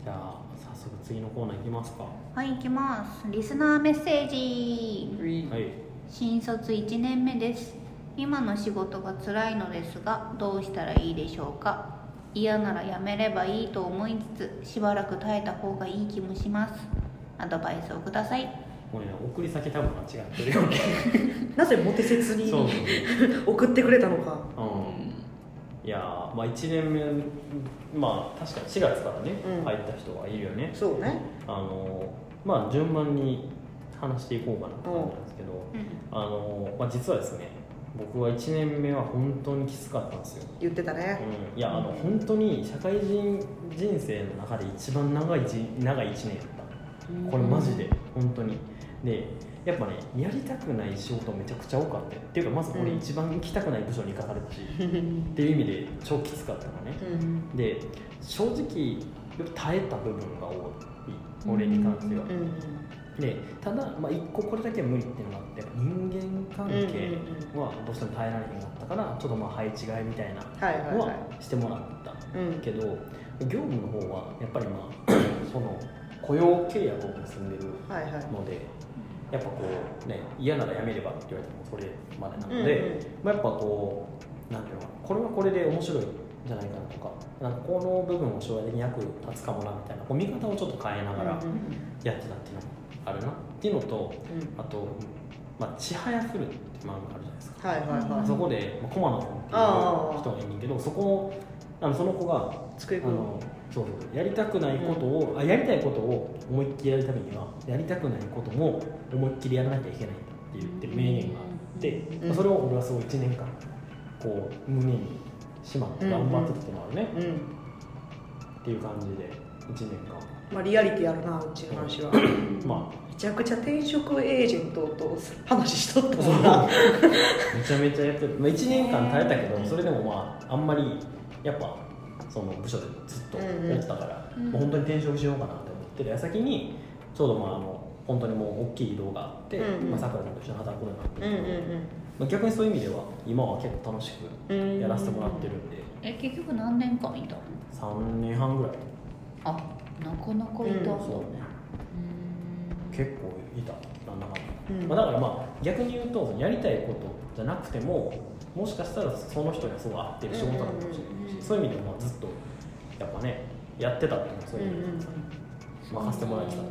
じゃあ早速次のコーナーいきますかははい行きますリスナーメッセージい新卒1年目です今の仕事が辛いのですがどうしたらいいでしょうか嫌ならやめればいいと思いつつしばらく耐えた方がいい気もしますアドバイスをくださいこれね送り先多分間違ってるよねなぜモテ説 *laughs* にそうそう送ってくれたのかうんいやーまあ1年目まあ確かに4月からねうん入った人はいるよねそうねあのーまあ順番に話していこうかなって感じなんですけどうんあのーまあ実はですね僕は1年目は本当にきつかったんですよ言ってたねうんいやあの本当に社会人人生の中で一番長いじ長い1年やったこれマジで本当にでやっぱねやりたくない仕事めちゃくちゃ多かったよっていうかまず俺うん一番行きたくない部署に行かされたし、うっんていう意味で超きつかったのねで正直やっぱ耐えた部分が多い俺に関してはう、んでただ、まあ、一個これだけは無理っていうのがあって人間関うん係はどうしても耐えられへんかったからちょっとまあ配置換えみたいなはいはいのははいしてもらったうんけど業務の方はやっぱりまあ *clears throat* その雇用契約を結んでるはいはいのでやっぱこうね嫌なら辞めればって言われてもそれまでなので、まあ、やっぱこうなんていうのかなこれはこれで面白いんじゃないかなとかなんかこの部分を将来的に役立つかもなみたいなこう見方をちょっと変えながらうんやってたっていうのもあるなっていうのとうんうんあと「まあ、ちはやふる」って漫画あるじゃないですかはいはいはうんそこで、まあ、駒野さんってあいあう人がいるんだけどそこをあのその子がい机あくんのそうそうやりたくないことを、あやりたいことを思いっきりやるためにはやりたくないことも思いっきりやらなきゃいけないんだって言ってる名言があって、うんまあそれを俺はすごい1年間こう胸にしまって頑張ってたっていうのはあるね、うんっていう感じで1年まあリアリティあるなうちの話 *coughs* は間まめちゃくちゃ転職エージェントと話しとったあもんなめちゃめちゃやってる、まあ、1年間耐えたけどそれでもまああんまりやっぱその部署でずっとおったから、うんうんもう本当に転職しようかなって思ってる矢先にちょうどまああの本当にもう大きい移動があってうんうんまあさくらさんと一緒に働くことになってうんるけど、まあ、逆にそういう意味では今は結構楽しくうんうんやらせてもらってるんでえ結局何年間いたの3年半ぐらいあなかなかいたんだうんそうねう結構いたなんだかんだ、うんまあ、だからまあ逆に言うとやりたいことじゃなくてももしかしたらその人にすごい合ってる仕事なのかもしれないし、うんうんそういう意味でもまあずっとやっぱねやってたっていうのはそういう意味で、うん任せてもらえてたっ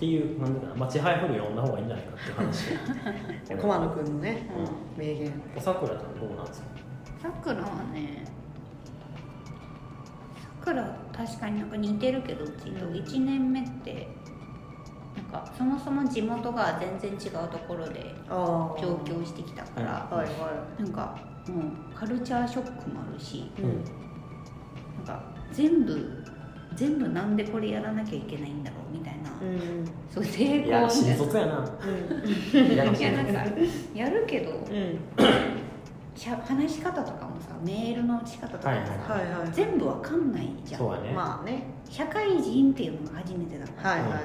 ていう意味では。っていう、なんだかな、街ハイフル読んだ方がいいんじゃないかっていう話 *laughs* 駒野くんのねん名言おさくらちゃんどうなんですかさくらはねさくら確かになんか似てるけどうちと1年目ってなんかかそもそも地元が全然違うところであー上京してきたから、はいはなんかもうカルチャーショックもあるしい、うんなんか全部全部なんでこれやらなきゃいけないんだろうみたいな、うんうんそう成いや功みた新いな卒やないやいやなんかやるけどうんしゃ話し方とかもさメールの打ち方とかもさ、はいはいはい全部わかんないじゃ *laughs* んそうやねまあね社会人っていうのが初めてだから、はいはいはい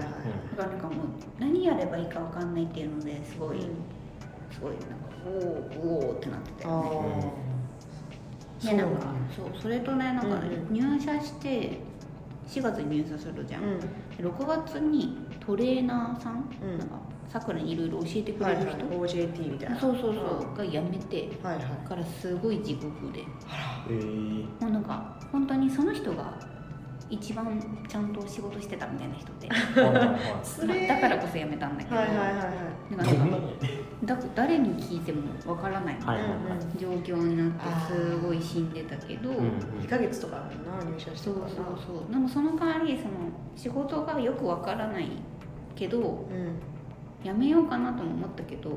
だからなんかもう何やればいいかわかんないっていうのですごい、うんすごいなんかおおおおってなってたよねあうんいやなんかそうそれとねなんかうん入社して4月に入社するじゃん、うん6月にトレーナーさん、うんなんかさくらにいろいろ教えてくはれいるは人、い OJT みたいなそうそうそうが辞めてはいはいだからすごい地獄でえーもうなんか本当にその人が一番ちゃんと仕事してたみたいな人で *laughs* まはいはいはいそれあだからこそ辞めたんだけど、はいはいはいはいなんかどんなのだ誰に聞いてもわからない、はいはいうんはういん状況になってすごい死んでたけど、うん2ヶ月とかあるな入社してそうからそうそうでもその代わりその仕事がよくわからないけどうん辞めようかなとも思ったけど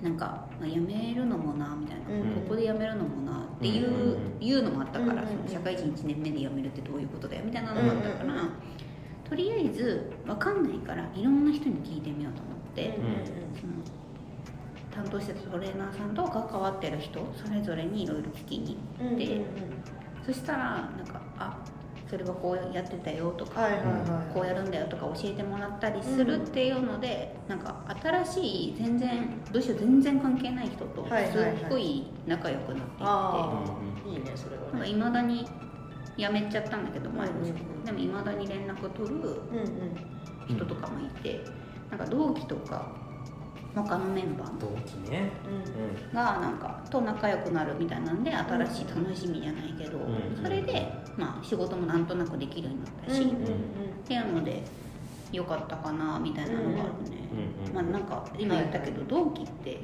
なんかまあ辞めるのもなみたいな、うんここで辞めるのもなっていう,、うんうんうんいうのもあったから、うんうんうんその社会人1年目で辞めるってどういうことだよみたいなのもあったから、うんうんうとりあえずわかんないからいろんな人に聞いてみようと思って。その担当してたトレーナーさんと関わってる人それぞれにいろいろ聞きにうんうんうんでうんそしたらなんか「あそれはこうやってたよ」とか、はいはいはいこうやるんだよ」とか教えてもらったりするっていうので、なんか新しい全然部署全然関係ない人とすはいはいはいっごい仲良くなっていって、ああいいねそれはなんかねいまだに辞めちゃったんだけど前の仕事、うんうんうんでもいまだに連絡取るうんうん人とかもいて、なんか同期とか他のメンバー同期ねうんうがなんかと仲良くなるみたいなんで新しい楽しみじゃないけど、うんそれで、まあ、仕事もなんとなくできるようになったし、うっんうんていうので良かったかなみたいなのがあるね、うんうんまあ、なんか今言ったけど同期って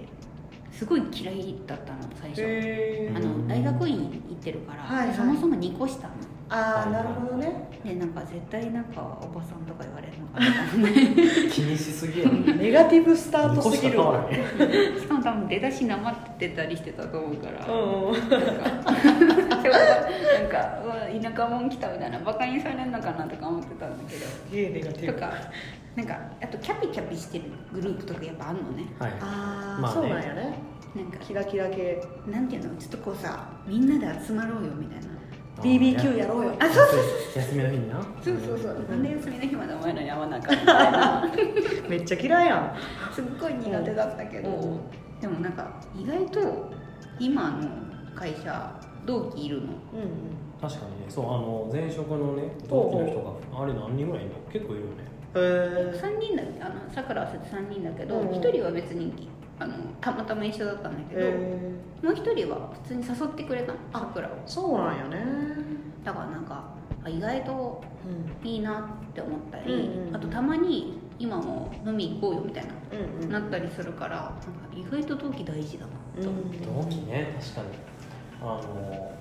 すごい嫌いだったの最初、へあえの大学院行ってるから、はいはいそもそも2個下なのああなるほどねでなんか絶対なんかおばさんとか言われるのかなと思って *laughs* ん気にしすぎやねネガティ *laughs* ブスタートすぎるわわへんしかも多分出だしなまってたりしてたと思うから、うんうんなんかなんかうわ田舎もん来たみたいなバカにされるのかなとか思ってたんだけどすげえネガティとブかなんかあとキャピキャピしてるグループとかやっぱあんのねはいあまああねそうなんやねなんかキラキラ系なんていうのちょっとこうさみんなで集まろうよみたいな BBQ やろうよあそう休みの日になそうそうそう、んなんで休みの日までお前らやわなあかんみたいなめっちゃ嫌いやんすっごい苦手だったけど、うでもなんか意外と今の会社同期いるのうんうん確かにねそうあの前職のね同期ほうほうの人があれ何人ぐらいいるの結構いるよねへ3人だあのさくらは3人だけど、うん一1人は別にあのたまたま一緒だったんだけど、えもう1人は普通に誘ってくれたのあさくらをそうなんやねだからなんかあ意外とうんいいなって思ったり、うんうんあとたまに今も飲み行こうよみたいな、うんうんなったりするからなんか意外と同期大事だなと思って、同期ね確かにあの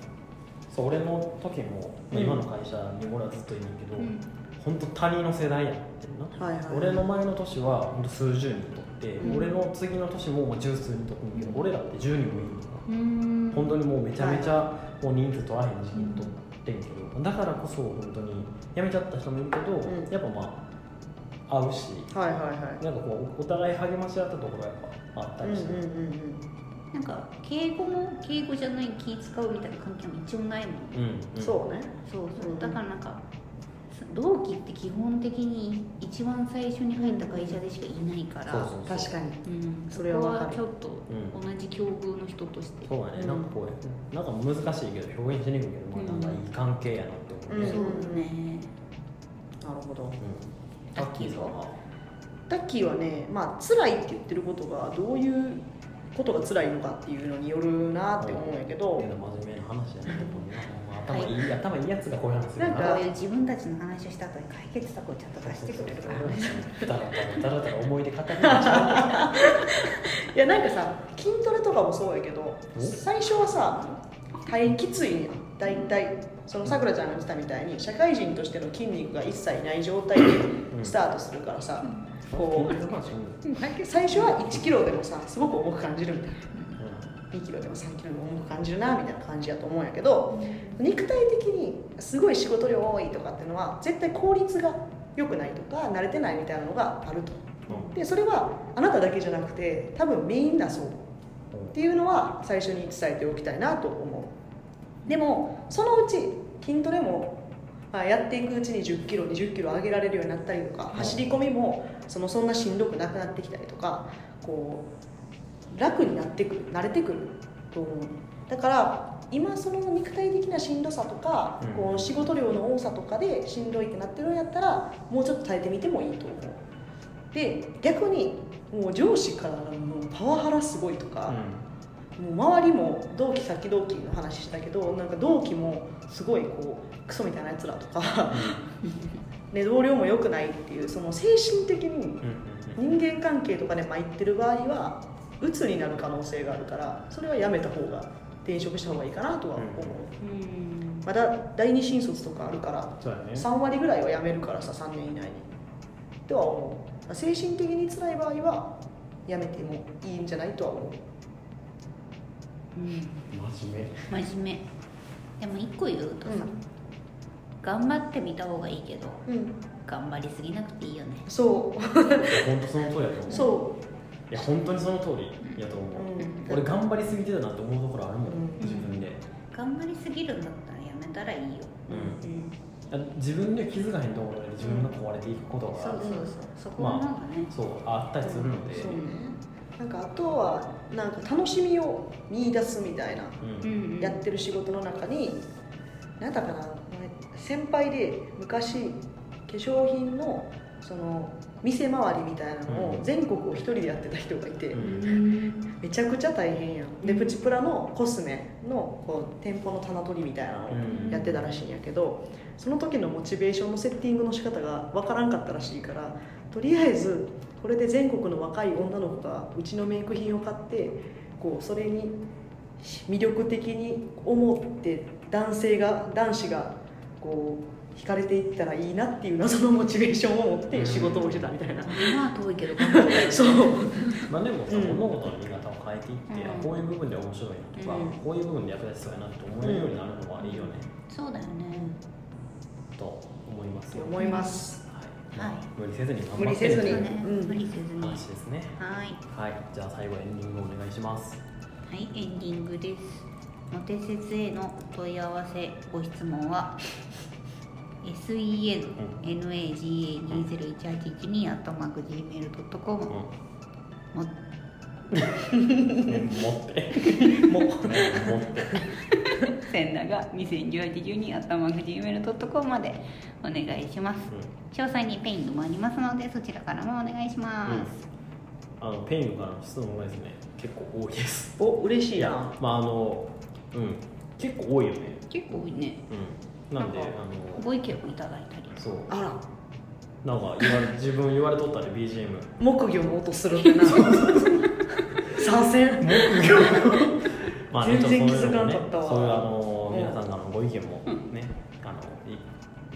そう俺の時も、まあ今の会社に俺はずっといるけど、うん本当他人の世代やってんなはいはい俺の前の年は本当数十人とって、うん俺の次の年ももう十数人とってんけど、うん俺らって10人もいるのかうーん本当にもうめちゃめちゃもう人数取らへん時期にとってんけど、だからこそ本当に辞めちゃった人もいるけど、うんやっぱまあ会うしはいはいはいなんかこうお互い励まし合ったところがやっぱあったうんりうんして、うんなんか敬語も敬語じゃない気使うみたいな関係も一応ないもんねうんうんそうねそうそう、うんだからなんか同期って基本的に一番最初に入った会社でしかいないから、そううんそうそう確かにそそれれはわかはるちょっとう同じ境遇の人として、そうだね、うんなんかこうなんか難しいけど表現しにくいけど、まあ、なんかいい関係やなって思うね、うんそうだねなるほどうんタッキーさんはタッキーはねまあ辛いって言ってることがどういうことが辛いのかっていうのによるなって思うんやけどいや真面目な話じゃないと思うなもう頭いい、頭いいやつがこういう話するなんかこういう自分たちの話をした後に解決策をちゃんと出してくれるからねだらだらだらだら思い出語りましゃいやなんかさ筋トレとかもそうやけどお最初はさ大変きついんやん大体そのさくらちゃんが言ってたみたいに社会人としての筋肉が一切ない状態でスタートするからさ、こう最初は1キロでもさすごく重く感じるみたいな2キロでも3キロでも重く感じるなみたいな感じやと思うんやけど肉体的にすごい仕事量多いとかっていうのは絶対効率が良くないとか慣れてないみたいなのがあるとでそれはあなただけじゃなくて多分みんなそうっていうのは最初に伝えておきたいなと思うでもそのうち筋トレもまあやっていくうちに1 0キロ2 0キロ上げられるようになったりとかうん走り込みもそのそんなしんどくなくなってきたりとかこう楽になってくる慣れてくると思うだから今その肉体的なしんどさとか、うんこう仕事量の多さとかでしんどいってなってるんやったらもうちょっと耐えてみてもいいと思うで逆にもう上司からもうパワハラすごいとか、もう周りも同期先同期の話したけどなんか同期もすごいこうクソみたいなやつらとか、 *laughs* ね、同僚も良くないっていうその精神的に人間関係とかで参ってる場合は鬱になる可能性があるからそれはやめた方が転職した方がいいかなとは思う、うんまだ第二新卒とかあるからそうだね3割ぐらいは辞めるからさ3年以内にとは思う精神的に辛い場合は辞めてもいいんじゃないとは思ううん真面真面目でも一個言うとさ、頑張ってみた方がいいけどうん、うん、頑張りすぎなくていいよねそう目本当その通りだと思うそいや本当にその通りやと思う、う、ん俺頑張りすぎてたなって思うところあるもん、うん自分で、頑張りすぎるんだったらやめたらいいようん自分で気づかへんところで自分が壊れていくことが、そうそうそうそこはなんかね、そうあったりするので、そううんなんかあとはなんか楽しみを見出すみたいな、うんうんうんやってる仕事の中に何だったかな先輩で昔化粧品のその店回りみたいなのうをん全国を一人でやってた人がいて、うんうんめちゃくちゃ大変やんでプチプラのコスメのこう店舗の棚取りみたいなのをうんやってたらしいんやけどその時のモチベーションのセッティングの仕方がわからんかったらしいからとりあえずこれで全国の若い女の子がうちのメイク品を買ってこうそれに魅力的に思って男性が男子がこう惹かれていったらいいなっていう謎のモチベーションを持って仕事をしてたみた *laughs* いな。まあ遠いけど頑張るそうまあでもさ、うん物事の見方を変えていって、うんあこういう部分で面白いなとか、うんこういう部分で役立ちそうやなって思えるようになるのはいいよね、そうだよねと思いますよ、思います。はいはい無理せずに頑張無理ってせずるにといそううね、うん無理せずには話ですねいはいじゃあ最後エンディングお願いしますはい、エンディングです。モテ説への問い合わせご質問は sennaga201812 at mark gmail.com うんも *laughs* ね持っても持って17201812 at mark gmail.com までお願いします詳細にペイングもありますのでそちらからもお願いします、あのペイングからの質問がですね結構多いですお嬉しいいなや。まああのうん結構多いよね結構ねうんなんでなんかあのご意見をいただいたりそうあらなんか言わ *laughs* れ自分言われとったで BGM 木魚の音するって *laughs* な参戦まあね、全然ちょとそういうのもね気づかんかったわそういうあのうん皆さんからのご意見もね、あのいい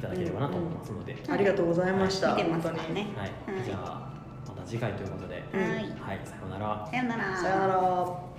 ただければなと思いますので、ありがとうございました見てますからねはい、じゃあまた次回ということで、はい、はい、さようなら。さよならさよなら